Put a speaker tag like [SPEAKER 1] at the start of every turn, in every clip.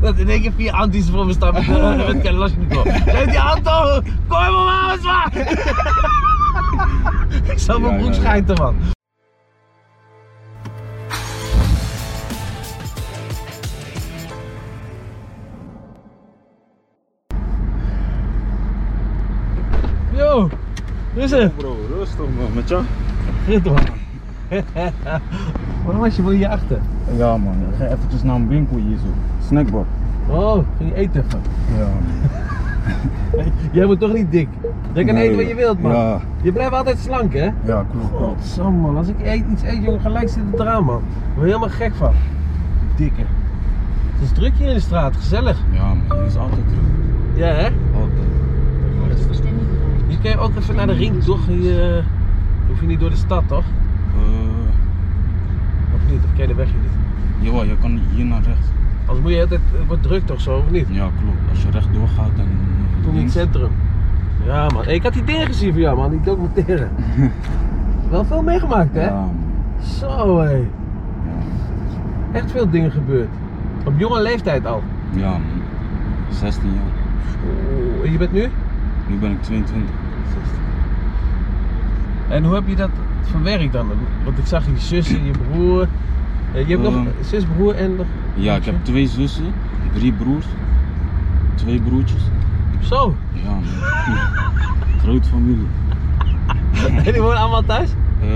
[SPEAKER 1] dat in één keer vier anti's voor me staan met, uh, met Kalashnikov. Geef die auto! Kom maar, mama, zwaar! ik zal mijn
[SPEAKER 2] Ja,
[SPEAKER 1] broek
[SPEAKER 2] ja, ja.
[SPEAKER 1] schijten, man. Yo, hoe is het?
[SPEAKER 2] Bro, rustig man, met jou?
[SPEAKER 1] Goed man. Waarom was je wil je achter?
[SPEAKER 2] Ja man, ik ga eventjes naar een winkel hier zo. Snackbar.
[SPEAKER 1] Oh, ging je eten even.
[SPEAKER 2] Ja.
[SPEAKER 1] Jij wordt toch niet dik? Jij kan
[SPEAKER 2] Nee,
[SPEAKER 1] eten wat je wilt, man.
[SPEAKER 2] ja.
[SPEAKER 1] Je blijft altijd slank, hè?
[SPEAKER 2] Ja, klopt. klopt.
[SPEAKER 1] Sam, man. Als ik eet, iets eet, jongen, gelijk zit het eraan, man. Ik word helemaal gek van. Dikke. Het is druk hier in de straat, gezellig.
[SPEAKER 2] Ja man, hier is altijd druk.
[SPEAKER 1] Ja, hè?
[SPEAKER 2] Altijd.
[SPEAKER 1] Hier kun je ook even naar de ring, toch? Hier, eh, hoef je niet door de stad, toch?
[SPEAKER 2] Eh,
[SPEAKER 1] Of niet? Of ken je de weg hier niet?
[SPEAKER 2] jawel, je kan hier naar rechts.
[SPEAKER 1] Anders moet je altijd, het wordt druk toch zo, of niet?
[SPEAKER 2] Ja, klopt. Als je recht doorgaat dan.
[SPEAKER 1] Toen
[SPEAKER 2] eh,
[SPEAKER 1] in het
[SPEAKER 2] links.
[SPEAKER 1] centrum. Ja, man. Hey, ik had die dingen gezien van jou, man. Die documentaire. Wel veel meegemaakt, hè?
[SPEAKER 2] Ja man.
[SPEAKER 1] Zo, hé. Echt veel dingen gebeurd. Op jonge leeftijd al.
[SPEAKER 2] Ja man. 16 jaar.
[SPEAKER 1] Oeh, en je bent nu?
[SPEAKER 2] Nu ben ik 22.
[SPEAKER 1] En hoe heb je dat verwerkt dan? Want ik zag je zus en je broer. Eh, Je hebt nog
[SPEAKER 2] Ehm.
[SPEAKER 1] zus, broer en nog...
[SPEAKER 2] Ja, ik heb twee zussen, drie broers, twee broertjes.
[SPEAKER 1] Zo.
[SPEAKER 2] Ja man. Groot familie.
[SPEAKER 1] En die wonen allemaal thuis?
[SPEAKER 2] Eh,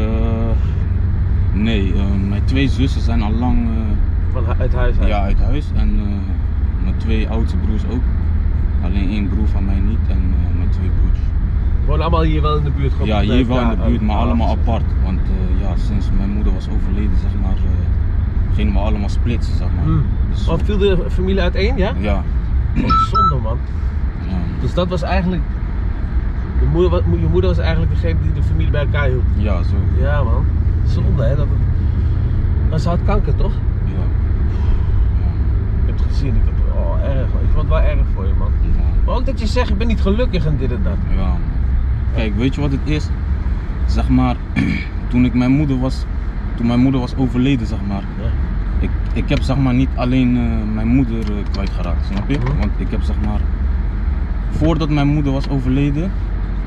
[SPEAKER 2] nee, eh, mijn twee zussen zijn al lang eh,
[SPEAKER 1] Van hu- uit huis uit.
[SPEAKER 2] ja, uit huis en eh, mijn twee oudste broers ook. Alleen één broer van mij niet en eh, mijn twee broertjes.
[SPEAKER 1] Wonen allemaal hier wel in de buurt? gewoon
[SPEAKER 2] Ja,
[SPEAKER 1] op de-
[SPEAKER 2] hier wel in de buurt, maar
[SPEAKER 1] oh,
[SPEAKER 2] allemaal
[SPEAKER 1] zo.
[SPEAKER 2] apart. Want eh, ja, sinds mijn moeder was overleden, zeg maar, eh, gingen we allemaal splitsen, zeg maar.
[SPEAKER 1] Hmm.
[SPEAKER 2] Dus,
[SPEAKER 1] Want viel de familie uiteen, ja?
[SPEAKER 2] ja,
[SPEAKER 1] Oh, zonde, man.
[SPEAKER 2] ja,
[SPEAKER 1] Dus dat was eigenlijk. Je moeder, wa- je moeder was eigenlijk degene die de familie bij elkaar hield.
[SPEAKER 2] ja, zo.
[SPEAKER 1] Ja, man. Zonde, hè? Dat het... Maar ze had kanker, toch?
[SPEAKER 2] Ja.
[SPEAKER 1] Ik heb het gezien. Ik, heb... oh, erg, man. ik vond het wel erg voor je, man.
[SPEAKER 2] Ja, ja.
[SPEAKER 1] Maar ook dat je zegt, ik ben niet gelukkig en dit en dat.
[SPEAKER 2] Ja. man. Kijk, weet je wat het is? Zeg maar, toen ik mijn moeder was, toen mijn moeder was overleden, zeg maar.
[SPEAKER 1] Ja.
[SPEAKER 2] Ik, ik heb zeg maar niet alleen eh, mijn moeder eh, kwijtgeraakt, snap je?
[SPEAKER 1] Mhm.
[SPEAKER 2] Want ik heb zeg maar, voordat mijn moeder was overleden,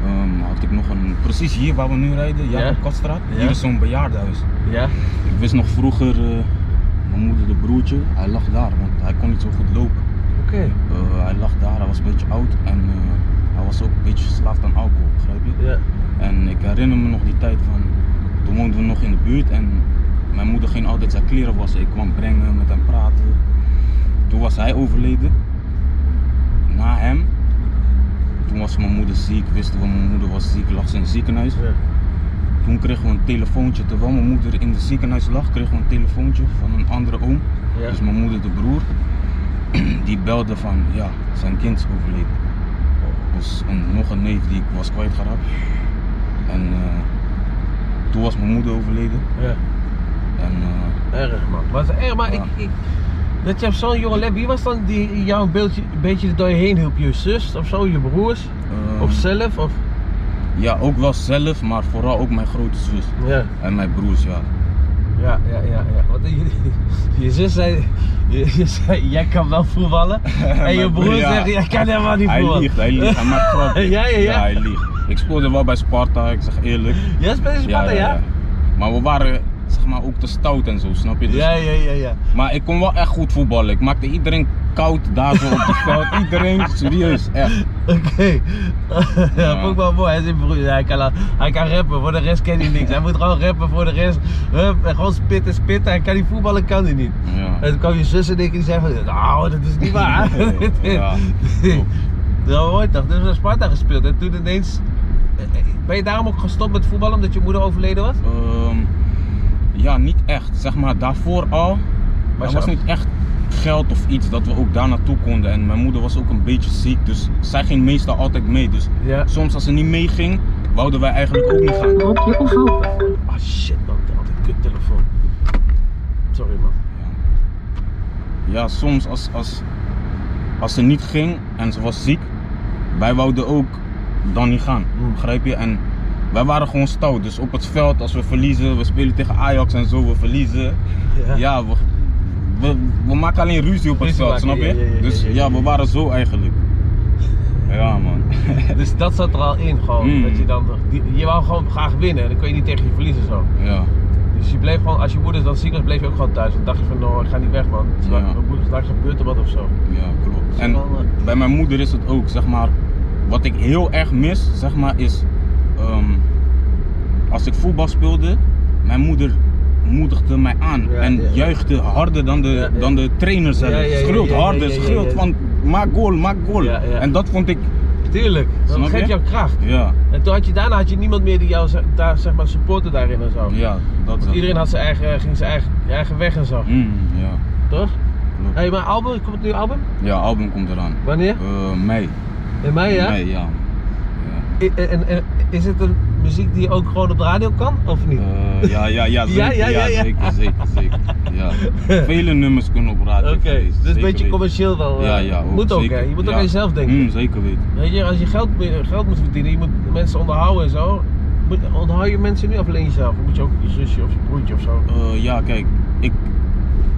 [SPEAKER 2] ehm, had ik nog een, precies hier waar we nu rijden,
[SPEAKER 1] Ja.
[SPEAKER 2] Jacob Katstraat,
[SPEAKER 1] Ja.
[SPEAKER 2] hier is zo'n bejaardenhuis.
[SPEAKER 1] Ja?
[SPEAKER 2] Ik wist nog vroeger, eh, mijn moeder de broertje, hij lag daar, want hij kon niet zo goed lopen.
[SPEAKER 1] Oké.
[SPEAKER 2] Eh, hij lag daar, hij was een beetje oud en eh, hij was ook een beetje verslaafd aan alcohol, begrijp je?
[SPEAKER 1] Ja.
[SPEAKER 2] En ik herinner me nog die tijd van, toen woonden we nog in de buurt en mijn moeder ging altijd zijn kleren wassen. Ik kwam brengen, met hem praten. Toen was hij overleden. Na hem, toen was mijn moeder ziek, wisten we mijn moeder was ziek, lag ze in het ziekenhuis.
[SPEAKER 1] Ja.
[SPEAKER 2] Toen kregen we een telefoontje, terwijl mijn moeder in het ziekenhuis lag, kregen we een telefoontje van een andere oom.
[SPEAKER 1] Ja.
[SPEAKER 2] Dus mijn moeder, de broer, die belde van ja, zijn kind is overleden. Dus een, nog een neef die ik was kwijtgeraakt. En eh, toen was mijn moeder overleden.
[SPEAKER 1] ja.
[SPEAKER 2] En eh,
[SPEAKER 1] Erg, man. Maar, het is erg, maar
[SPEAKER 2] Ja.
[SPEAKER 1] ik, ik. Dat je op zo'n jonge lep. Wie was dan die jou een beeldje, een beetje er doorheen hielp? Je zus of zo? Je broers?
[SPEAKER 2] eh,
[SPEAKER 1] Of zelf? Of...
[SPEAKER 2] ja, ook wel zelf, maar vooral ook mijn grote zus.
[SPEAKER 1] Ja.
[SPEAKER 2] En mijn broers, ja.
[SPEAKER 1] Ja, ja, ja, ja. Want je, je zus zei, je, je zei, jij kan wel voetballen. En je
[SPEAKER 2] Mijn
[SPEAKER 1] broer
[SPEAKER 2] broer, ja.
[SPEAKER 1] zegt, jij kan helemaal niet
[SPEAKER 2] Hij
[SPEAKER 1] voetballen.
[SPEAKER 2] liegt, hij liegt, hij maakt grappen.
[SPEAKER 1] Ja, ja, ja.
[SPEAKER 2] hij liegt. Ik speelde wel bij Sparta, ik zeg eerlijk.
[SPEAKER 1] Jij speelt in Sparta, ja?
[SPEAKER 2] Maar we waren zeg maar ook te stout en zo, snap je? Dus
[SPEAKER 1] Ja, ja, ja, ja.
[SPEAKER 2] Maar ik kon wel echt goed voetballen. Ik maakte iedereen koud daar zo op die veld. Iedereen, serieus, echt.
[SPEAKER 1] Oké.
[SPEAKER 2] Ja.
[SPEAKER 1] Dat vond ik wel mooi. Hij, is een broer. hij, kan, la- hij kan rappen, voor de rest kan hij niks. Hij moet gewoon rappen voor de rest. Hup, en gewoon spitten, spitten. Hij kan niet voetballen, kan hij niet.
[SPEAKER 2] Ja.
[SPEAKER 1] En toen kwam je zus en ik die zei van, nou, dat is niet waar.
[SPEAKER 2] Ja, klopt.
[SPEAKER 1] Dat hoort toch, dus we hebben Sparta gespeeld en toen ineens... eh, Ben je daarom ook gestopt met voetballen omdat je moeder overleden was?
[SPEAKER 2] Ehm, ja, niet echt. Zeg maar daarvoor al. Maar er was
[SPEAKER 1] zo-
[SPEAKER 2] niet echt geld of iets dat we ook daar naartoe konden. En mijn moeder was ook een beetje ziek, dus zij ging meestal altijd mee. Dus
[SPEAKER 1] Ja.
[SPEAKER 2] soms als ze niet meeging, wouden wij eigenlijk ook niet gaan.
[SPEAKER 3] Loopje of lopen?
[SPEAKER 1] Ah shit man, ik had een kuttelefoon. Sorry man.
[SPEAKER 2] Ja, soms als, als, als ze niet ging en ze was ziek, wij wouden ook dan niet gaan.
[SPEAKER 1] Mm.
[SPEAKER 2] Begrijp je? En wij waren gewoon stout. Dus op het veld, als we verliezen, we spelen tegen Ajax en zo, we verliezen. Ja, we, we, we maken alleen ruzie op het
[SPEAKER 1] Ruzie
[SPEAKER 2] veld,
[SPEAKER 1] maken,
[SPEAKER 2] snap je?
[SPEAKER 1] ja, ja, ja,
[SPEAKER 2] dus
[SPEAKER 1] ja,
[SPEAKER 2] ja,
[SPEAKER 1] ja,
[SPEAKER 2] we waren zo eigenlijk. Ja, man.
[SPEAKER 1] Dus dat zat er al in gewoon.
[SPEAKER 2] Mm.
[SPEAKER 1] Dat je, dan, die- je wou gewoon graag winnen en dan kon je niet tegen je verliezen zo.
[SPEAKER 2] Ja,
[SPEAKER 1] Dus je bleef gewoon, als je moeder dan ziek was, bleef je ook gewoon thuis. Dan dacht je van, no, ik ga niet weg man. Straks-
[SPEAKER 2] Ja.
[SPEAKER 1] Mijn moeder, straks gebeurt er wat of zo.
[SPEAKER 2] ja, klopt.
[SPEAKER 1] Dus
[SPEAKER 2] En
[SPEAKER 1] dan, eh,
[SPEAKER 2] bij mijn moeder is het ook, zeg maar. Wat ik heel erg mis, zeg maar, is. ehm, als ik voetbal speelde, mijn moeder moedigde mij aan.
[SPEAKER 1] Ja,
[SPEAKER 2] en
[SPEAKER 1] ja.
[SPEAKER 2] juichte harder dan de,
[SPEAKER 1] Ja, ja.
[SPEAKER 2] dan de trainer zelf.
[SPEAKER 1] Ja, ja, ja,
[SPEAKER 2] schreeuwt
[SPEAKER 1] ja, ja,
[SPEAKER 2] harder,
[SPEAKER 1] ja, ja,
[SPEAKER 2] schreeuwt
[SPEAKER 1] ja.
[SPEAKER 2] van maak goal, maak goal.
[SPEAKER 1] Ja, ja.
[SPEAKER 2] En dat vond ik,
[SPEAKER 1] eh, Tuurlijk,
[SPEAKER 2] Snap
[SPEAKER 1] dat
[SPEAKER 2] je?
[SPEAKER 1] geeft jou kracht.
[SPEAKER 2] ja,
[SPEAKER 1] En toen had je, daarna had je niemand meer die jou zeg- daar, zeg maar, supportte daarin en zo. Dus
[SPEAKER 2] ja, dat wel.
[SPEAKER 1] Iedereen had zijn eigen, eh, ging zijn eigen, eigen weg en zo,
[SPEAKER 2] Mm, ja,
[SPEAKER 1] toch?
[SPEAKER 2] klopt.
[SPEAKER 1] Hé, hey, maar album, komt het nieuw album?
[SPEAKER 2] Ja, album komt eraan.
[SPEAKER 1] Wanneer?
[SPEAKER 2] Eh, mei.
[SPEAKER 1] In mei, Oh, ja?
[SPEAKER 2] Mei, ja. Ja.
[SPEAKER 1] I- eh, en, en- is het een muziek die ook gewoon op de radio kan, of niet?
[SPEAKER 2] Eh, ja, ja, ja, zeker,
[SPEAKER 1] Ja, ja, ja, ja.
[SPEAKER 2] zeker, zeker, zeker. Ja. Vele nummers kunnen op radio.
[SPEAKER 1] Oké,
[SPEAKER 2] geweest,
[SPEAKER 1] dus
[SPEAKER 2] zeker
[SPEAKER 1] een beetje
[SPEAKER 2] weten.
[SPEAKER 1] commercieel wel. eh.
[SPEAKER 2] Ja, ja. Ook,
[SPEAKER 1] moet ook,
[SPEAKER 2] zeker.
[SPEAKER 1] hè? Je moet ook
[SPEAKER 2] Ja.
[SPEAKER 1] aan jezelf denken.
[SPEAKER 2] Mm, zeker weten.
[SPEAKER 1] Weet je, als je geld, geld moet verdienen, je moet mensen onderhouden en zo. Moet- Onthoud je mensen nu of alleen jezelf? Of moet je ook je zusje of je broertje of zo?
[SPEAKER 2] Eh, ja, kijk, ik,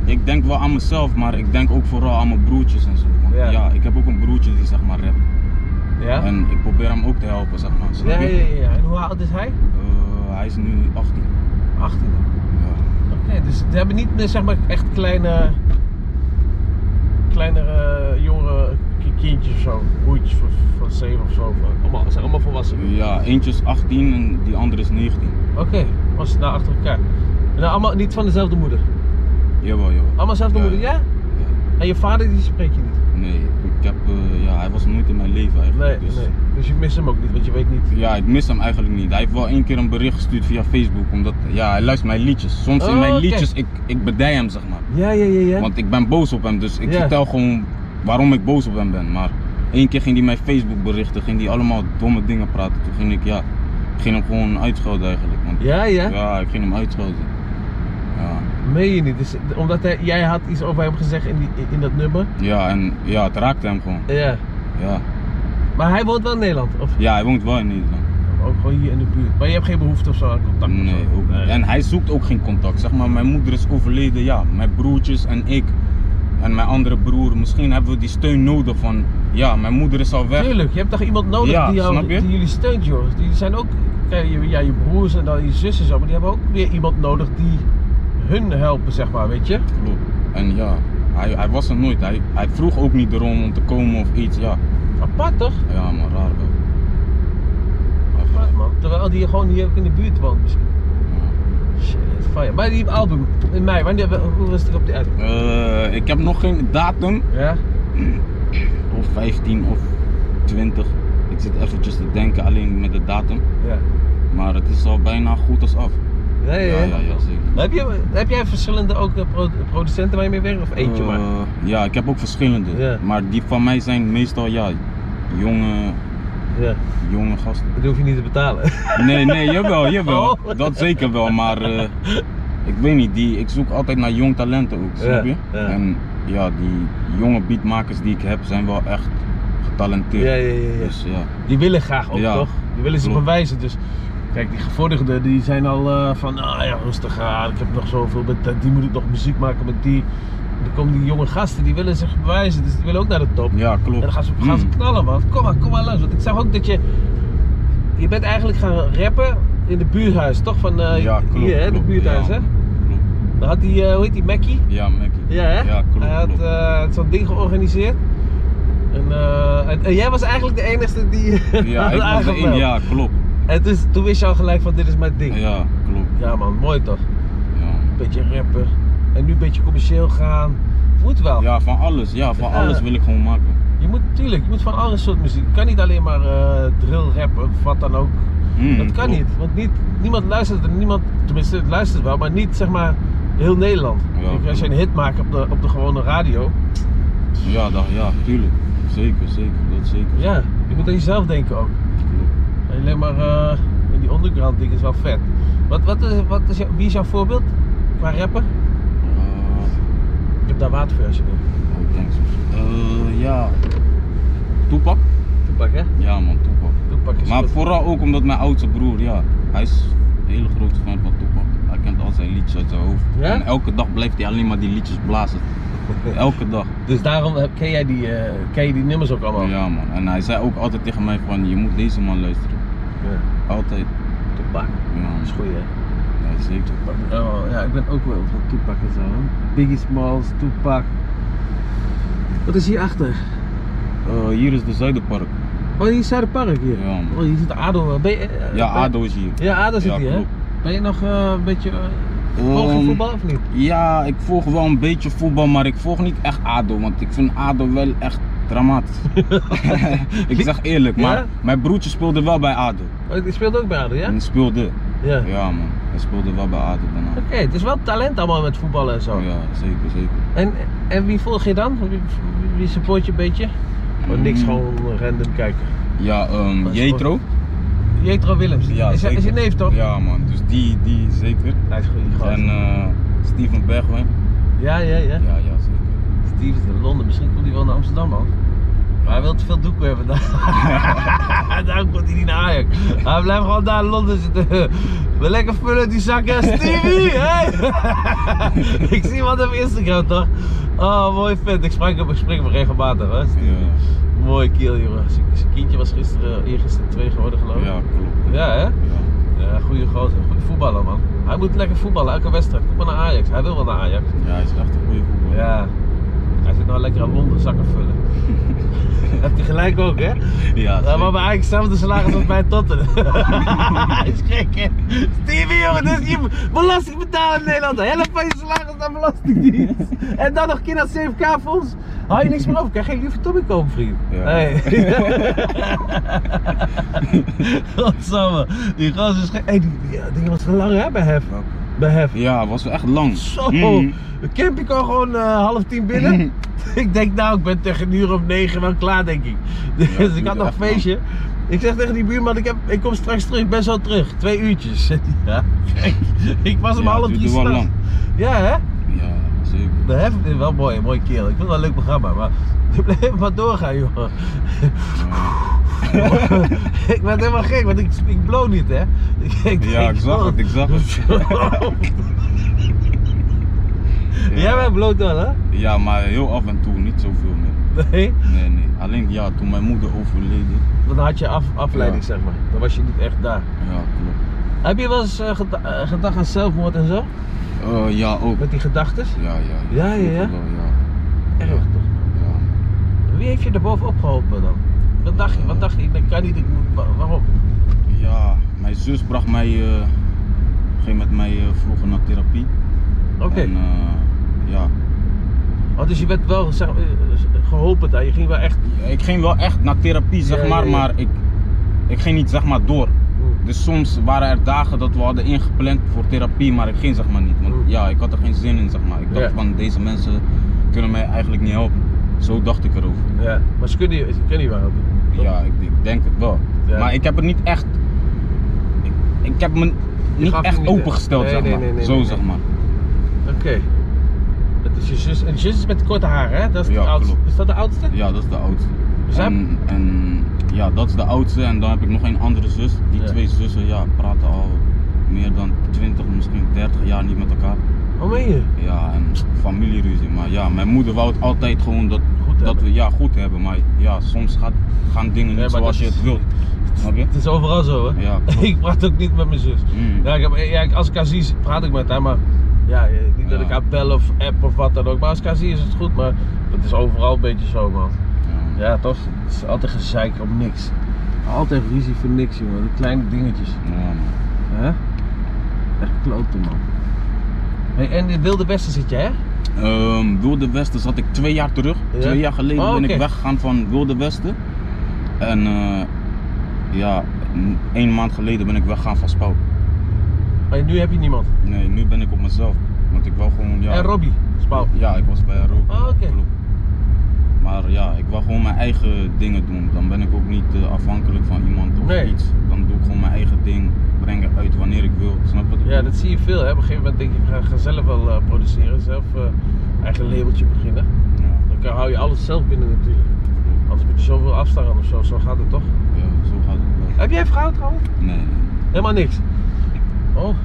[SPEAKER 2] ik denk wel aan mezelf, maar ik denk ook vooral aan mijn broertjes en zo. Want
[SPEAKER 1] Ja.
[SPEAKER 2] ja. ik heb ook een broertje die zeg maar rapt.
[SPEAKER 1] Ja?
[SPEAKER 2] En ik probeer hem ook te helpen, zeg maar. snap
[SPEAKER 1] Ja, ja,
[SPEAKER 2] je?
[SPEAKER 1] ja, ja. En hoe oud is hij?
[SPEAKER 2] Eh, hij is nu 18.
[SPEAKER 1] 18.
[SPEAKER 2] Ja.
[SPEAKER 1] Oké, dus ze hebben niet meer zeg maar echt kleine. kleinere eh, jongere ki- kindjes of zo. Broertjes van, van 7 of zo. Van- Allemaal, ze zijn allemaal volwassen. nu.
[SPEAKER 2] ja, eentje is 18 en die andere is 19.
[SPEAKER 1] Oké, was het nou achter elkaar. En dan allemaal niet van dezelfde moeder.
[SPEAKER 2] Jawel, jawel.
[SPEAKER 1] Allemaal dezelfde
[SPEAKER 2] Ja,
[SPEAKER 1] moeder, ja?
[SPEAKER 2] Ja.
[SPEAKER 1] En je vader die spreek je niet?
[SPEAKER 2] Nee, ik heb, eh, ja, hij was nooit in mijn leven
[SPEAKER 1] Nee,
[SPEAKER 2] eigenlijk. dus,
[SPEAKER 1] nee. Dus je mist hem ook niet, want je weet niet.
[SPEAKER 2] Ja, ik mis hem eigenlijk niet. Hij heeft wel één keer een bericht gestuurd via Facebook, omdat ja, hij luistert mijn liedjes. Soms
[SPEAKER 1] Oh,
[SPEAKER 2] in mijn
[SPEAKER 1] oké.
[SPEAKER 2] liedjes, ik, ik bedij hem zeg maar.
[SPEAKER 1] Ja, ja, ja, ja.
[SPEAKER 2] Want ik ben boos op hem, dus ik
[SPEAKER 1] Ja.
[SPEAKER 2] vertel gewoon waarom ik boos op hem ben. Maar één keer ging hij mijn Facebook berichten, ging hij allemaal domme dingen praten. Toen ging ik, ja, ik ging hem gewoon uitschelden eigenlijk. Want,
[SPEAKER 1] Ja, ja.
[SPEAKER 2] ja, ik ging hem uitschelden. Ja.
[SPEAKER 1] Meen je niet? Dus, omdat hij, jij had iets over hem gezegd in, die, in dat nummer.
[SPEAKER 2] ja, en ja, het raakte hem gewoon.
[SPEAKER 1] Ja.
[SPEAKER 2] Ja,
[SPEAKER 1] Maar hij woont wel in Nederland. Of
[SPEAKER 2] ja hij woont wel in Nederland.
[SPEAKER 1] ook gewoon hier in de buurt. Maar je hebt geen behoefte of zo aan contact. of zo?
[SPEAKER 2] Nee, ook niet. En hij zoekt ook geen contact. Zeg maar, mijn moeder is overleden, ja. Mijn broertjes en ik en mijn andere broer. Misschien hebben we die steun nodig van, ja, mijn moeder is al weg.
[SPEAKER 1] Tuurlijk, je hebt toch iemand nodig
[SPEAKER 2] Ja,
[SPEAKER 1] die, jou,
[SPEAKER 2] snap je?
[SPEAKER 1] die jullie steunt, joh. Die zijn ook, kijk, je, ja, je broers en dan je zussen en zo, maar die hebben ook weer iemand nodig die hun helpen, zeg maar, weet je?
[SPEAKER 2] Klopt. En ja, hij, hij was er nooit. Hij, hij vroeg ook niet erom om te komen of iets. Ja,
[SPEAKER 1] Apart toch?
[SPEAKER 2] ja maar raar wel.
[SPEAKER 1] Apart man. Terwijl die gewoon hier ook in de buurt woont misschien. Shit, fire. Maar die album in mei, wanneer, hoe was het op die uit?
[SPEAKER 2] Ja. Eh, ik heb nog geen datum.
[SPEAKER 1] Ja?
[SPEAKER 2] Of 15 of 20. Ik zit eventjes te denken alleen met de datum.
[SPEAKER 1] Ja.
[SPEAKER 2] Maar het is al bijna goed als af.
[SPEAKER 1] Ja, ja, ja.
[SPEAKER 2] ja, ja, ja zeker.
[SPEAKER 1] Heb, je, heb jij verschillende ook eh, pro- producenten waar je mee werkt of eentje maar?
[SPEAKER 2] Eh, ja, ik heb ook verschillende.
[SPEAKER 1] Ja.
[SPEAKER 2] Maar die van mij zijn meestal ja, jonge,
[SPEAKER 1] Ja,
[SPEAKER 2] jonge gasten.
[SPEAKER 1] dat hoef je niet te betalen.
[SPEAKER 2] Nee, nee, jawel, jawel.
[SPEAKER 1] Oh.
[SPEAKER 2] Dat zeker wel, maar eh, ik weet niet, die, ik zoek altijd naar jong talenten ook, snap je?
[SPEAKER 1] Ja, ja.
[SPEAKER 2] En ja, die jonge beatmakers die ik heb zijn wel echt getalenteerd.
[SPEAKER 1] Ja, ja, ja, ja.
[SPEAKER 2] Dus ja,
[SPEAKER 1] Die willen graag ook,
[SPEAKER 2] Ja,
[SPEAKER 1] toch? Die willen ze
[SPEAKER 2] klopt.
[SPEAKER 1] bewijzen. Dus kijk, die gevorderden die zijn al eh, van, ah ja, rustig aan, ik heb nog zoveel, met dat- die moet ik nog muziek maken met die. En dan komen die jonge gasten, die willen zich bewijzen, dus die willen ook naar de top.
[SPEAKER 2] ja
[SPEAKER 1] En
[SPEAKER 2] klopt.
[SPEAKER 1] dan gaan ze, gaan ze
[SPEAKER 2] Mm.
[SPEAKER 1] knallen, man. Kom maar, kom maar langs. Want ik zag ook dat je, je bent eigenlijk gaan rappen in de buurhuis, toch? Van eh,
[SPEAKER 2] Ja, klopt.
[SPEAKER 1] hier, hè, de
[SPEAKER 2] klopt,
[SPEAKER 1] buurthuis,
[SPEAKER 2] ja.
[SPEAKER 1] hè?
[SPEAKER 2] Klopt.
[SPEAKER 1] Dan had die, eh, hoe heet die, Mackie?
[SPEAKER 2] Ja, Mackie.
[SPEAKER 1] Ja, hè?
[SPEAKER 2] Ja, klopt.
[SPEAKER 1] Hij had
[SPEAKER 2] klopt.
[SPEAKER 1] eh, zo'n ding georganiseerd. En, eh, en, en jij was eigenlijk de enige die.
[SPEAKER 2] ja,
[SPEAKER 1] had
[SPEAKER 2] ik was erin,
[SPEAKER 1] aangemeld.
[SPEAKER 2] ja, klopt.
[SPEAKER 1] En dus, toen wist je al gelijk van: dit is mijn ding.
[SPEAKER 2] Ja, klopt.
[SPEAKER 1] Ja, man, mooi toch?
[SPEAKER 2] Ja.
[SPEAKER 1] Beetje rappen. En nu een beetje commercieel gaan. Moet wel.
[SPEAKER 2] Ja, van alles. Ja, van
[SPEAKER 1] Ja.
[SPEAKER 2] alles wil ik gewoon maken.
[SPEAKER 1] Je moet, tuurlijk, je moet van alle soort muziek. Je kan niet alleen maar eh, drill rappen of wat dan ook.
[SPEAKER 2] Mm,
[SPEAKER 1] dat kan
[SPEAKER 2] klopt.
[SPEAKER 1] niet. Want niet, niemand luistert en niemand, tenminste, het luistert wel, maar niet zeg maar heel Nederland.
[SPEAKER 2] Ja,
[SPEAKER 1] Kijk, als
[SPEAKER 2] klopt.
[SPEAKER 1] je een hit maakt op de, op de gewone radio.
[SPEAKER 2] Ja, dat, ja, tuurlijk. Zeker, zeker. Dat zeker.
[SPEAKER 1] Ja, je moet aan jezelf denken ook.
[SPEAKER 2] Klopt.
[SPEAKER 1] Alleen maar eh, in die underground ding is wel vet. Wat, wat is, wat is jou- wie is jouw voorbeeld qua rapper?
[SPEAKER 2] Eh,
[SPEAKER 1] Ik heb daar waterversie in.
[SPEAKER 2] oh, thanks. Eh, ja. Toepak?
[SPEAKER 1] Toepak hè?
[SPEAKER 2] Ja, man, Toepak.
[SPEAKER 1] Toepak is
[SPEAKER 2] Maar
[SPEAKER 1] goed.
[SPEAKER 2] vooral ook omdat mijn oudste broer, ja, hij is een hele grote fan van Toepak. Hij kent al zijn liedjes uit zijn hoofd.
[SPEAKER 1] Ja?
[SPEAKER 2] En elke dag blijft hij alleen maar die liedjes blazen. Elke dag.
[SPEAKER 1] Dus daarom heb- ken jij die, eh, ken je die nummers ook allemaal?
[SPEAKER 2] Ja man. En hij zei ook altijd tegen mij van je moet deze man luisteren.
[SPEAKER 1] Ja.
[SPEAKER 2] Altijd.
[SPEAKER 1] Tupac,
[SPEAKER 2] Ja, man.
[SPEAKER 1] dat is goed hè?
[SPEAKER 2] Ja, zeker.
[SPEAKER 1] Tupac. Oh, ja, ik ben ook wel van Tupac en zo. hè. Biggie Smalls, Tupac. Wat is hierachter?
[SPEAKER 2] Eh, hier is de Zuiderpark.
[SPEAKER 1] Oh, hier is Zuiderpark hier.
[SPEAKER 2] Ja, man.
[SPEAKER 1] Oh, hier zit ADO. Ben je, eh, ben je-
[SPEAKER 2] Ja, ADO is hier.
[SPEAKER 1] Ja, ADO zit
[SPEAKER 2] Ja,
[SPEAKER 1] hier hè?
[SPEAKER 2] klopt.
[SPEAKER 1] Ben je nog eh, een beetje... eh, volg je
[SPEAKER 2] Ehm,
[SPEAKER 1] voetbal of niet?
[SPEAKER 2] Ja, ik volg wel een beetje voetbal, maar ik volg niet echt ADO, want ik vind ADO wel echt dramatisch. ik zeg eerlijk,
[SPEAKER 1] Ja?
[SPEAKER 2] maar mijn broertje speelde wel bij ADO.
[SPEAKER 1] Oh, die speelt ook bij ADO, ja?
[SPEAKER 2] En speelde.
[SPEAKER 1] Ja.
[SPEAKER 2] Ja man, hij speelde wel bij ADO daarna.
[SPEAKER 1] Oké, het is wel talent allemaal met voetballen en zo.
[SPEAKER 2] Ja, zeker, zeker.
[SPEAKER 1] En, en wie volg je dan? Wie, wie support je een beetje? Oh, niks,
[SPEAKER 2] Mm.
[SPEAKER 1] gewoon random kijken.
[SPEAKER 2] Ja, ehm
[SPEAKER 1] Maar
[SPEAKER 2] Jetro.
[SPEAKER 1] Jetro Willems,
[SPEAKER 2] Ja,
[SPEAKER 1] is, hij- is je
[SPEAKER 2] zeker.
[SPEAKER 1] neef toch?
[SPEAKER 2] Ja man, dus die, die zeker.
[SPEAKER 1] Hij is een goede gast.
[SPEAKER 2] En eh, Steven Bergwijn.
[SPEAKER 1] Ja, ja, ja.
[SPEAKER 2] Ja, ja, zeker.
[SPEAKER 1] Steve is in Londen, misschien komt hij wel naar Amsterdam man. Maar hij wil te veel doeken hebben daar. Daarom komt hij niet naar Ajax. Hij blijft gewoon daar in Londen zitten. We lekker vullen uit die zakken. Stevie, hey! ik zie wat op Instagram toch? Oh, mooi vet. Ik sprak hem, ik spreek hem regelmatig hè.
[SPEAKER 2] Ja,
[SPEAKER 1] Mooi kiel jongen. Zijn- Zijn kindje was gisteren, eergisteren twee geworden geloof ik.
[SPEAKER 2] ja klopt.
[SPEAKER 1] Ja, hè?
[SPEAKER 2] Ja.
[SPEAKER 1] Ja, goede gozer, goede voetballer man. Hij moet lekker voetballen, elke wedstrijd. Kom maar naar Ajax, hij wil wel naar Ajax.
[SPEAKER 2] Ja, hij is echt een goede voetbal.
[SPEAKER 1] Ja, hij zit nou lekker aan Londen zakken vullen. Heb je gelijk ook hè?
[SPEAKER 2] ja
[SPEAKER 1] Ja,
[SPEAKER 2] zeker.
[SPEAKER 1] maar bij Ajax hetzelfde salaris als bij Tottenham. Hij is gek hè? Stevie jongen, dat is je belasting betalen in Nederland. De helft van je salaris aan belastingdienst. En dan nog kind dat 7k fonds. Hou je niks meer over, kan je geen lieve Tommy kopen vriend.
[SPEAKER 2] Ja.
[SPEAKER 1] Godsamme, die gast is gek. Hé, die, die, die was te lang hè bij Hef.
[SPEAKER 2] Welke?
[SPEAKER 1] Bij Hef.
[SPEAKER 2] Ja, was wel echt lang.
[SPEAKER 1] Zo,
[SPEAKER 2] Mm.
[SPEAKER 1] de camping kwam gewoon eh, half tien binnen. ik denk, nou, ik ben tegen een uur of negen wel klaar, denk ik. Dus
[SPEAKER 2] het
[SPEAKER 1] ik
[SPEAKER 2] duurde
[SPEAKER 1] had nog een
[SPEAKER 2] echt lang.
[SPEAKER 1] feestje. Ik zeg tegen die buurman, ik, heb, ik kom straks terug, ik ben zo terug. Twee uurtjes. ja, kijk, ik was om
[SPEAKER 2] Ja, het
[SPEAKER 1] half
[SPEAKER 2] duurde
[SPEAKER 1] drie
[SPEAKER 2] wel
[SPEAKER 1] s'nachts.
[SPEAKER 2] lang.
[SPEAKER 1] Ja, hè?
[SPEAKER 2] Ja, zeker.
[SPEAKER 1] De Hef is wel mooi, een mooi kerel. Ik vind het wel een leuk programma, maar blijf maar doorgaan, joh.
[SPEAKER 2] Ja.
[SPEAKER 1] ik werd helemaal gek, want ik, ik blow niet, hè? Ik, ik oh.
[SPEAKER 2] Ja, ik zag het, ik zag het.
[SPEAKER 1] Jij bent bloot wel, hè?
[SPEAKER 2] Ja, maar heel af en toe, niet zoveel meer.
[SPEAKER 1] Nee?
[SPEAKER 2] Nee, nee. Alleen ja, toen mijn moeder overleden.
[SPEAKER 1] Dan had je af, afleiding, zeg maar. Dan was je niet echt daar.
[SPEAKER 2] Ja, klopt.
[SPEAKER 1] Heb je wel eens eh, geda- eh, gedacht aan zelfmoord en zo?
[SPEAKER 2] Eh, ja, ook.
[SPEAKER 1] Met die gedachten?
[SPEAKER 2] Ja, ja.
[SPEAKER 1] Ja, ja, ja.
[SPEAKER 2] Wel, ja.
[SPEAKER 1] Erg toch?
[SPEAKER 2] ja.
[SPEAKER 1] Wie heeft je er bovenop geholpen dan? Wat dacht je? Wat dacht je? Ik kan niet, ik moet, wa- waarom?
[SPEAKER 2] Ja, mijn zus bracht mij, eh, ging met mij eh, vroeger naar therapie.
[SPEAKER 1] Oké,
[SPEAKER 2] En eh, ja.
[SPEAKER 1] oh, dus je werd wel zeg, eh, geholpen daar. Je ging wel echt.
[SPEAKER 2] Ik ging wel echt naar therapie, zeg
[SPEAKER 1] Ja, ja,
[SPEAKER 2] maar,
[SPEAKER 1] ja.
[SPEAKER 2] maar ik, ik ging niet, zeg maar, door. Dus soms waren er dagen dat we hadden ingepland voor therapie, maar ik ging zeg maar niet. Want
[SPEAKER 1] Mm.
[SPEAKER 2] ja, ik had er geen zin in zeg maar. Ik dacht
[SPEAKER 1] Ja.
[SPEAKER 2] van deze mensen kunnen mij eigenlijk niet helpen. Zo dacht ik erover.
[SPEAKER 1] Ja, maar ze kunnen je, ze kunnen je wel helpen.
[SPEAKER 2] Ja, ik, ik denk het wel.
[SPEAKER 1] Ja.
[SPEAKER 2] Maar ik heb het niet echt. Ik, ik heb me niet
[SPEAKER 1] gaf je
[SPEAKER 2] echt
[SPEAKER 1] niet, hè?
[SPEAKER 2] opengesteld
[SPEAKER 1] Nee,
[SPEAKER 2] zeg
[SPEAKER 1] nee,
[SPEAKER 2] maar.
[SPEAKER 1] nee, nee,
[SPEAKER 2] Zo
[SPEAKER 1] nee,
[SPEAKER 2] zeg
[SPEAKER 1] nee.
[SPEAKER 2] maar.
[SPEAKER 1] Oké. Dat is je zus. En je zus is met korte haar, hè? Dat is,
[SPEAKER 2] Ja,
[SPEAKER 1] de oudste.
[SPEAKER 2] klopt.
[SPEAKER 1] is dat de oudste?
[SPEAKER 2] Ja, dat is de oudste.
[SPEAKER 1] Dus hij-
[SPEAKER 2] En, en ja, dat is de oudste. En dan heb ik nog een andere zus. Die
[SPEAKER 1] Ja.
[SPEAKER 2] twee zussen ja, praten al meer dan 20, misschien 30 jaar niet met elkaar.
[SPEAKER 1] Hoe meen je?
[SPEAKER 2] Ja, en familieruzie. Maar ja, mijn moeder wou het altijd gewoon dat,
[SPEAKER 1] Goed
[SPEAKER 2] dat
[SPEAKER 1] hebben.
[SPEAKER 2] we ja, goed hebben. Maar ja, soms gaat, gaan dingen niet
[SPEAKER 1] Nee, maar
[SPEAKER 2] zoals je
[SPEAKER 1] dat
[SPEAKER 2] het
[SPEAKER 1] is-
[SPEAKER 2] wilt. Snap je?
[SPEAKER 1] Het is overal zo, hè?
[SPEAKER 2] Ja, klopt.
[SPEAKER 1] ik praat ook niet met mijn zus.
[SPEAKER 2] Mm.
[SPEAKER 1] Ja, ik heb, ja, ik- als ik haar zie, praat ik met haar, maar ja, eh, niet dat
[SPEAKER 2] Ja.
[SPEAKER 1] ik haar bel of app of wat dan ook. Maar als ik haar zie is het goed, maar dat is overal een beetje zo, man.
[SPEAKER 2] Ja.
[SPEAKER 1] Ja, toch? Het is altijd gezeik om niks. Altijd ruzie voor niks, jongen. De kleine dingetjes.
[SPEAKER 2] Ja, man.
[SPEAKER 1] Hè? Echt kloten, man. Hey, en in Wilde Westen zit je, hè?
[SPEAKER 2] Ehm, Wilde Westen zat ik twee jaar terug.
[SPEAKER 1] Ja?
[SPEAKER 2] Twee jaar geleden
[SPEAKER 1] Oh,
[SPEAKER 2] ben
[SPEAKER 1] oké.
[SPEAKER 2] ik weggegaan van Wilde Westen. En eh, ja, n- één maand geleden ben ik weggegaan van Spouw.
[SPEAKER 1] Maar nu heb je niemand.
[SPEAKER 2] Nee, nu ben ik op mezelf. Want ik wou gewoon. Ja,
[SPEAKER 1] En Robbie, Spouw.
[SPEAKER 2] Ja, ik was bij Rob.
[SPEAKER 1] Oh, oké.
[SPEAKER 2] Klopt. Maar ja, ik wil gewoon mijn eigen dingen doen. Dan ben ik ook niet eh, afhankelijk van iemand of
[SPEAKER 1] Nee.
[SPEAKER 2] iets. Dan doe ik gewoon mijn eigen ding. Breng het uit wanneer ik wil. Snap je wat ik
[SPEAKER 1] Ja,
[SPEAKER 2] bedoel?
[SPEAKER 1] dat zie je veel, hè? Op een gegeven moment denk je, ga, ga zelf wel eh, produceren, zelf eh, eigen labeltje beginnen.
[SPEAKER 2] Ja,
[SPEAKER 1] Dan kan, hou je alles zelf binnen natuurlijk. Anders moet je zoveel afstaan of zo, zo gaat het toch?
[SPEAKER 2] ja, zo gaat het wel.
[SPEAKER 1] Heb jij vrouw trouwens?
[SPEAKER 2] Nee, nee.
[SPEAKER 1] Helemaal niks. Oh.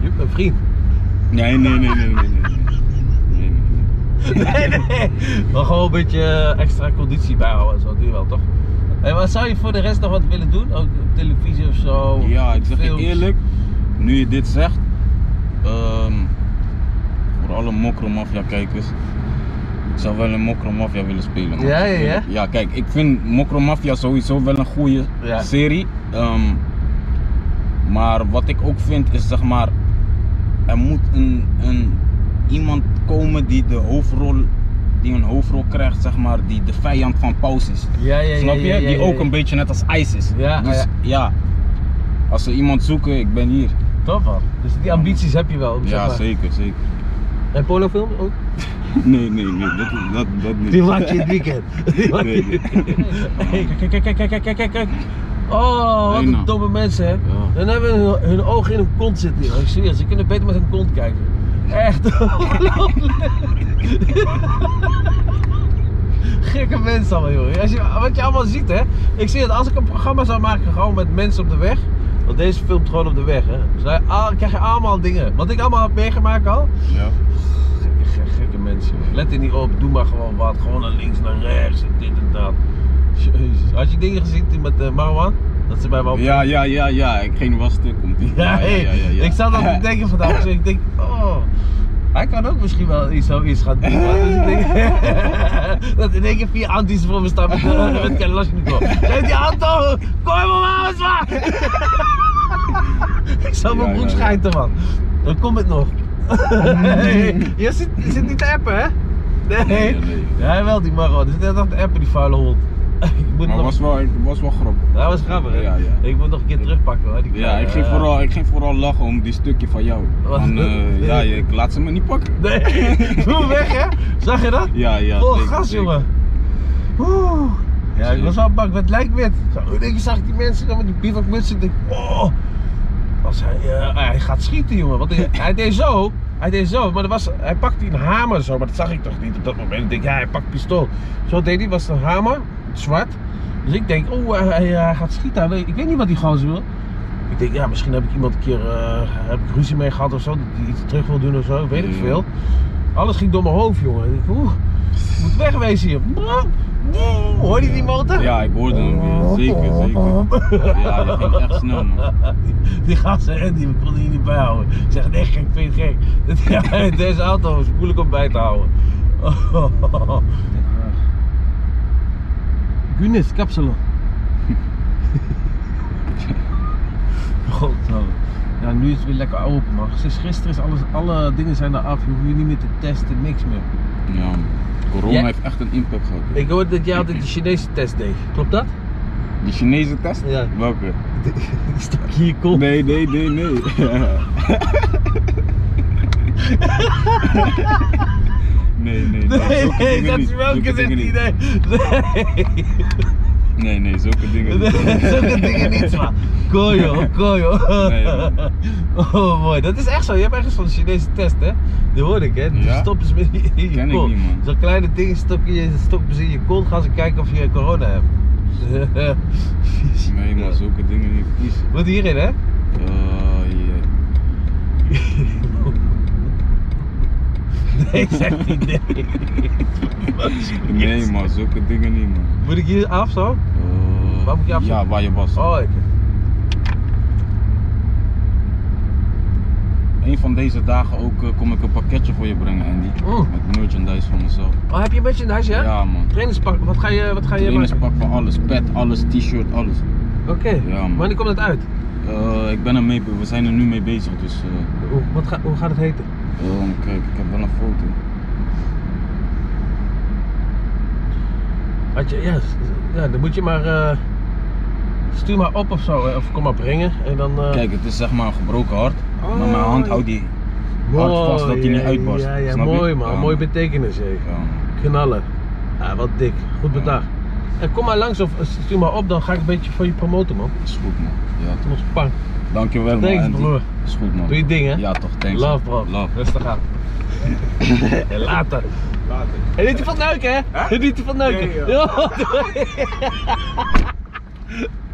[SPEAKER 1] bent mijn vriend.
[SPEAKER 2] Nee, nee, nee, nee, nee, nee. nee. Nee, nee,
[SPEAKER 1] Nee,
[SPEAKER 2] nee.
[SPEAKER 1] nee. Maar gewoon een beetje eh, extra conditie bijhouden en zo, doe je wel toch? Hey, maar zou je voor de rest nog wat willen doen? Ook op televisie of zo?
[SPEAKER 2] Ja, ik zeg je
[SPEAKER 1] Films?
[SPEAKER 2] eerlijk, nu je dit zegt, ehm, voor alle mokro maffia kijkers, ik zou wel een mokro maffia willen spelen. man.
[SPEAKER 1] Ja, ja, ja.
[SPEAKER 2] Ja, kijk, ik vind mokro maffia sowieso wel een goede
[SPEAKER 1] Ja.
[SPEAKER 2] serie. ehm, maar wat ik ook vind is zeg maar, er moet een, een, iemand komen die de hoofdrol, die een hoofdrol krijgt zeg maar, die de vijand van Paus is.
[SPEAKER 1] Ja, ja, ja.
[SPEAKER 2] Snap je?
[SPEAKER 1] ja, ja,
[SPEAKER 2] die
[SPEAKER 1] ja,
[SPEAKER 2] ook
[SPEAKER 1] ja.
[SPEAKER 2] een beetje net als ISIS.
[SPEAKER 1] Ja,
[SPEAKER 2] dus
[SPEAKER 1] ja.
[SPEAKER 2] ja. Als ze iemand zoeken, ik ben hier.
[SPEAKER 1] Top man. Dus die ambities heb je wel. zeg
[SPEAKER 2] Ja,
[SPEAKER 1] maar.
[SPEAKER 2] zeker, zeker.
[SPEAKER 1] En pornofilms ook?
[SPEAKER 2] Nee, nee, nee, dat, dat, dat niet.
[SPEAKER 1] Die maak je in het weekend. Die maak je-
[SPEAKER 2] Nee, nee.
[SPEAKER 1] Hey, Kijk, kijk, kijk, kijk, kijk, kijk, kijk, kijk. Oh, wat
[SPEAKER 2] Hey,
[SPEAKER 1] een
[SPEAKER 2] nou.
[SPEAKER 1] domme mensen, hè.
[SPEAKER 2] Ja.
[SPEAKER 1] Dan hebben hun, hun ogen in hun kont zitten. joh. Ik zweer, ze kunnen beter met hun kont kijken. Echt ongelooflijk. Gekke mensen allemaal, joh. Als je, wat je allemaal ziet, hè. Ik zie dat als ik een programma zou maken, gewoon met mensen op de weg. Want deze filmt gewoon op de weg, hè. Dus hij- al- krijg je allemaal dingen. Wat ik allemaal heb meegemaakt al.
[SPEAKER 2] Ja.
[SPEAKER 1] Gekke, gekke, gekke mensen, joh. Let er niet op, doe maar gewoon wat. Gewoon naar links, naar rechts en dit en dat. Jezus. Had je dingen gezien die met eh, Marwan? Dat ze bij me op
[SPEAKER 2] ja, ja, ja, ja. Ik ging was stuk om die.
[SPEAKER 1] ja, hey, Ik zat al te
[SPEAKER 2] denken.
[SPEAKER 1] denken vandaag. Ik zeg, Ik denk, oh, hij kan ook misschien wel iets, zoiets gaan doen. man. Dus ik denk, dat in één keer vier antis voor me staan met, eh, met Kalashnikov. Geef die auto, kom maar, man, zwaar! ik zou mijn
[SPEAKER 2] Ja,
[SPEAKER 1] broek
[SPEAKER 2] ja, ja.
[SPEAKER 1] schijten, man. Dan komt het nog. Hey, je zit, je zit niet te appen, hè? Nee.
[SPEAKER 2] Nee, nee.
[SPEAKER 1] Ja, hij wel, die Marwan. Die zit net aan te appen, die vuile hond. ik moet
[SPEAKER 2] Maar
[SPEAKER 1] nog...
[SPEAKER 2] was wel, het was wel grappig.
[SPEAKER 1] Hij was grappig, hè?
[SPEAKER 2] Ja, ja.
[SPEAKER 1] Ik moet nog een keer terugpakken, hoor. die
[SPEAKER 2] Ja,
[SPEAKER 1] kleine,
[SPEAKER 2] ik ging,
[SPEAKER 1] eh,
[SPEAKER 2] vooral, ik ging vooral lachen om die stukje van jou.
[SPEAKER 1] Wat?
[SPEAKER 2] Van, eh, ja, ik laat ze me niet pakken.
[SPEAKER 1] Nee, doe hem weg hè? Zag je dat?
[SPEAKER 2] Ja, ja.
[SPEAKER 1] Vol
[SPEAKER 2] zeker,
[SPEAKER 1] gas
[SPEAKER 2] zeker.
[SPEAKER 1] jongen. Oeh. Ja, ik was wel bang met lijkwit. Zo, in één keer zag ik die mensen dan met die bivakmutsen. Ik denk, oh. Als hij, eh, hij gaat schieten jongen. Want hij, hij deed zo. Hij deed zo, maar er was, hij pakte een hamer zo, maar dat zag ik toch niet op dat moment. Ik denk, ja, hij pakt pistool. Zo deed hij, was een hamer, zwart. Dus ik denk, oh, hij, hij, hij gaat schieten. Hij weet- Ik weet niet wat die gozer wil. Ik denk, ja, misschien heb ik iemand een keer eh, heb ik ruzie mee gehad of zo, die iets terug wil doen of zo, weet ik
[SPEAKER 2] Ja.
[SPEAKER 1] veel. Alles ging door mijn hoofd, jongen. Ik dacht, oeh, ik moet wegwezen hier. Oeh, Hoorde je die motor?
[SPEAKER 2] Ja, ik hoorde hem. ja. Zeker, zeker. Ja, dat ging echt snel, man.
[SPEAKER 1] Die gasten, hè, die kon hier niet bijhouden. Ik zeg, nee, gek, ik vind het gek. Ja, Deze auto is moeilijk om bij te houden. Gunis, kapsalon. God, nou. Ja, nu is het weer lekker open, man. Sinds gisteren is alles, alle dingen zijn eraf. Je hoeft je niet meer te testen, niks meer.
[SPEAKER 2] Ja, man. corona
[SPEAKER 1] Jij-
[SPEAKER 2] heeft echt een impact gehad. hè.
[SPEAKER 1] Ik hoorde dat jij altijd de Chinese test deed. Klopt dat?
[SPEAKER 2] Die Chinese test?
[SPEAKER 1] Ja.
[SPEAKER 2] Welke?
[SPEAKER 1] Die stuk hier komt.
[SPEAKER 2] Nee, nee, nee, nee. nee, nee, nee.
[SPEAKER 1] Nee,
[SPEAKER 2] zulke
[SPEAKER 1] nee,
[SPEAKER 2] dingen
[SPEAKER 1] dat
[SPEAKER 2] niet,
[SPEAKER 1] is welke zegt
[SPEAKER 2] zulke dingen
[SPEAKER 1] niet. Nee, nee.
[SPEAKER 2] Nee, nee, zulke dingen niet.
[SPEAKER 1] Zulke dingen niet, maar. Koyo, koyo.
[SPEAKER 2] Nee, man.
[SPEAKER 1] Oh, mooi. Dat is echt zo. Je hebt ergens van de Chinese test, hè? Dat hoor ik, hè? Die
[SPEAKER 2] Ja?
[SPEAKER 1] stoppen ze met in je
[SPEAKER 2] Ken ik
[SPEAKER 1] kont.
[SPEAKER 2] niet, man.
[SPEAKER 1] Zo'n kleine ding stoppen, je, stoppen ze in je kont, gaan ze kijken of je corona hebt. Vies.
[SPEAKER 2] Nee, maar zulke dingen niet. Kies.
[SPEAKER 1] Wat hierin, hè?
[SPEAKER 2] Eh, hier.
[SPEAKER 1] Nee, ik zeg niet nee.
[SPEAKER 2] Nee, maar zulke dingen niet, man.
[SPEAKER 1] Moet ik hier af zo?
[SPEAKER 2] Eh,
[SPEAKER 1] Waar moet je afzetten?
[SPEAKER 2] Ja, waar je was.
[SPEAKER 1] Oh, ik.
[SPEAKER 2] Een van deze dagen ook eh, kom ik een pakketje voor je brengen, Andy.
[SPEAKER 1] Mm.
[SPEAKER 2] Met merchandise van mezelf.
[SPEAKER 1] Oh, heb je een beetje in huis, ja?
[SPEAKER 2] Ja, man.
[SPEAKER 1] Trainingspak, wat ga je, wat ga je maken?
[SPEAKER 2] Trainingspak van alles. Pet, alles, t-shirt, alles.
[SPEAKER 1] Oké,
[SPEAKER 2] Ja, man.
[SPEAKER 1] wanneer komt het uit?
[SPEAKER 2] Eh, ik ben er mee, we zijn er nu mee bezig, dus eh,
[SPEAKER 1] Hoe, wat ga, hoe gaat het heten?
[SPEAKER 2] ehm, kijk, ik heb wel een foto.
[SPEAKER 1] Had je, ja, s- ja, dan moet je maar. eh, stuur maar op of zo, hè, of kom maar brengen. En dan. eh,
[SPEAKER 2] Kijk, het is zeg maar een gebroken hart, maar mijn
[SPEAKER 1] Oh,
[SPEAKER 2] hand
[SPEAKER 1] ja.
[SPEAKER 2] houdt die.
[SPEAKER 1] mooi,
[SPEAKER 2] hard vast dat die niet uitbarst,
[SPEAKER 1] Ja, ja,
[SPEAKER 2] snap je?
[SPEAKER 1] mooi man,
[SPEAKER 2] Ja,
[SPEAKER 1] mooie
[SPEAKER 2] man.
[SPEAKER 1] betekenis. Hè.
[SPEAKER 2] Ja,
[SPEAKER 1] Knallen. Ja, wat dik, goed
[SPEAKER 2] Ja.
[SPEAKER 1] bedacht. En kom maar langs of eh, stuur maar op, dan ga ik een beetje voor je promoten man.
[SPEAKER 2] is goed man. Ja, toch.
[SPEAKER 1] Toen ons pang.
[SPEAKER 2] Dankjewel man.
[SPEAKER 1] Thanks,
[SPEAKER 2] Andy.
[SPEAKER 1] broer.
[SPEAKER 2] Is goed man.
[SPEAKER 1] Doe je ding, hè?
[SPEAKER 2] Ja toch, thanks.
[SPEAKER 1] Love bro.
[SPEAKER 2] Love.
[SPEAKER 1] Rustig aan. en later.
[SPEAKER 3] Later.
[SPEAKER 1] En niet die van Neuken, hè? Niet die van Neuken.
[SPEAKER 3] Nee,
[SPEAKER 1] Ja.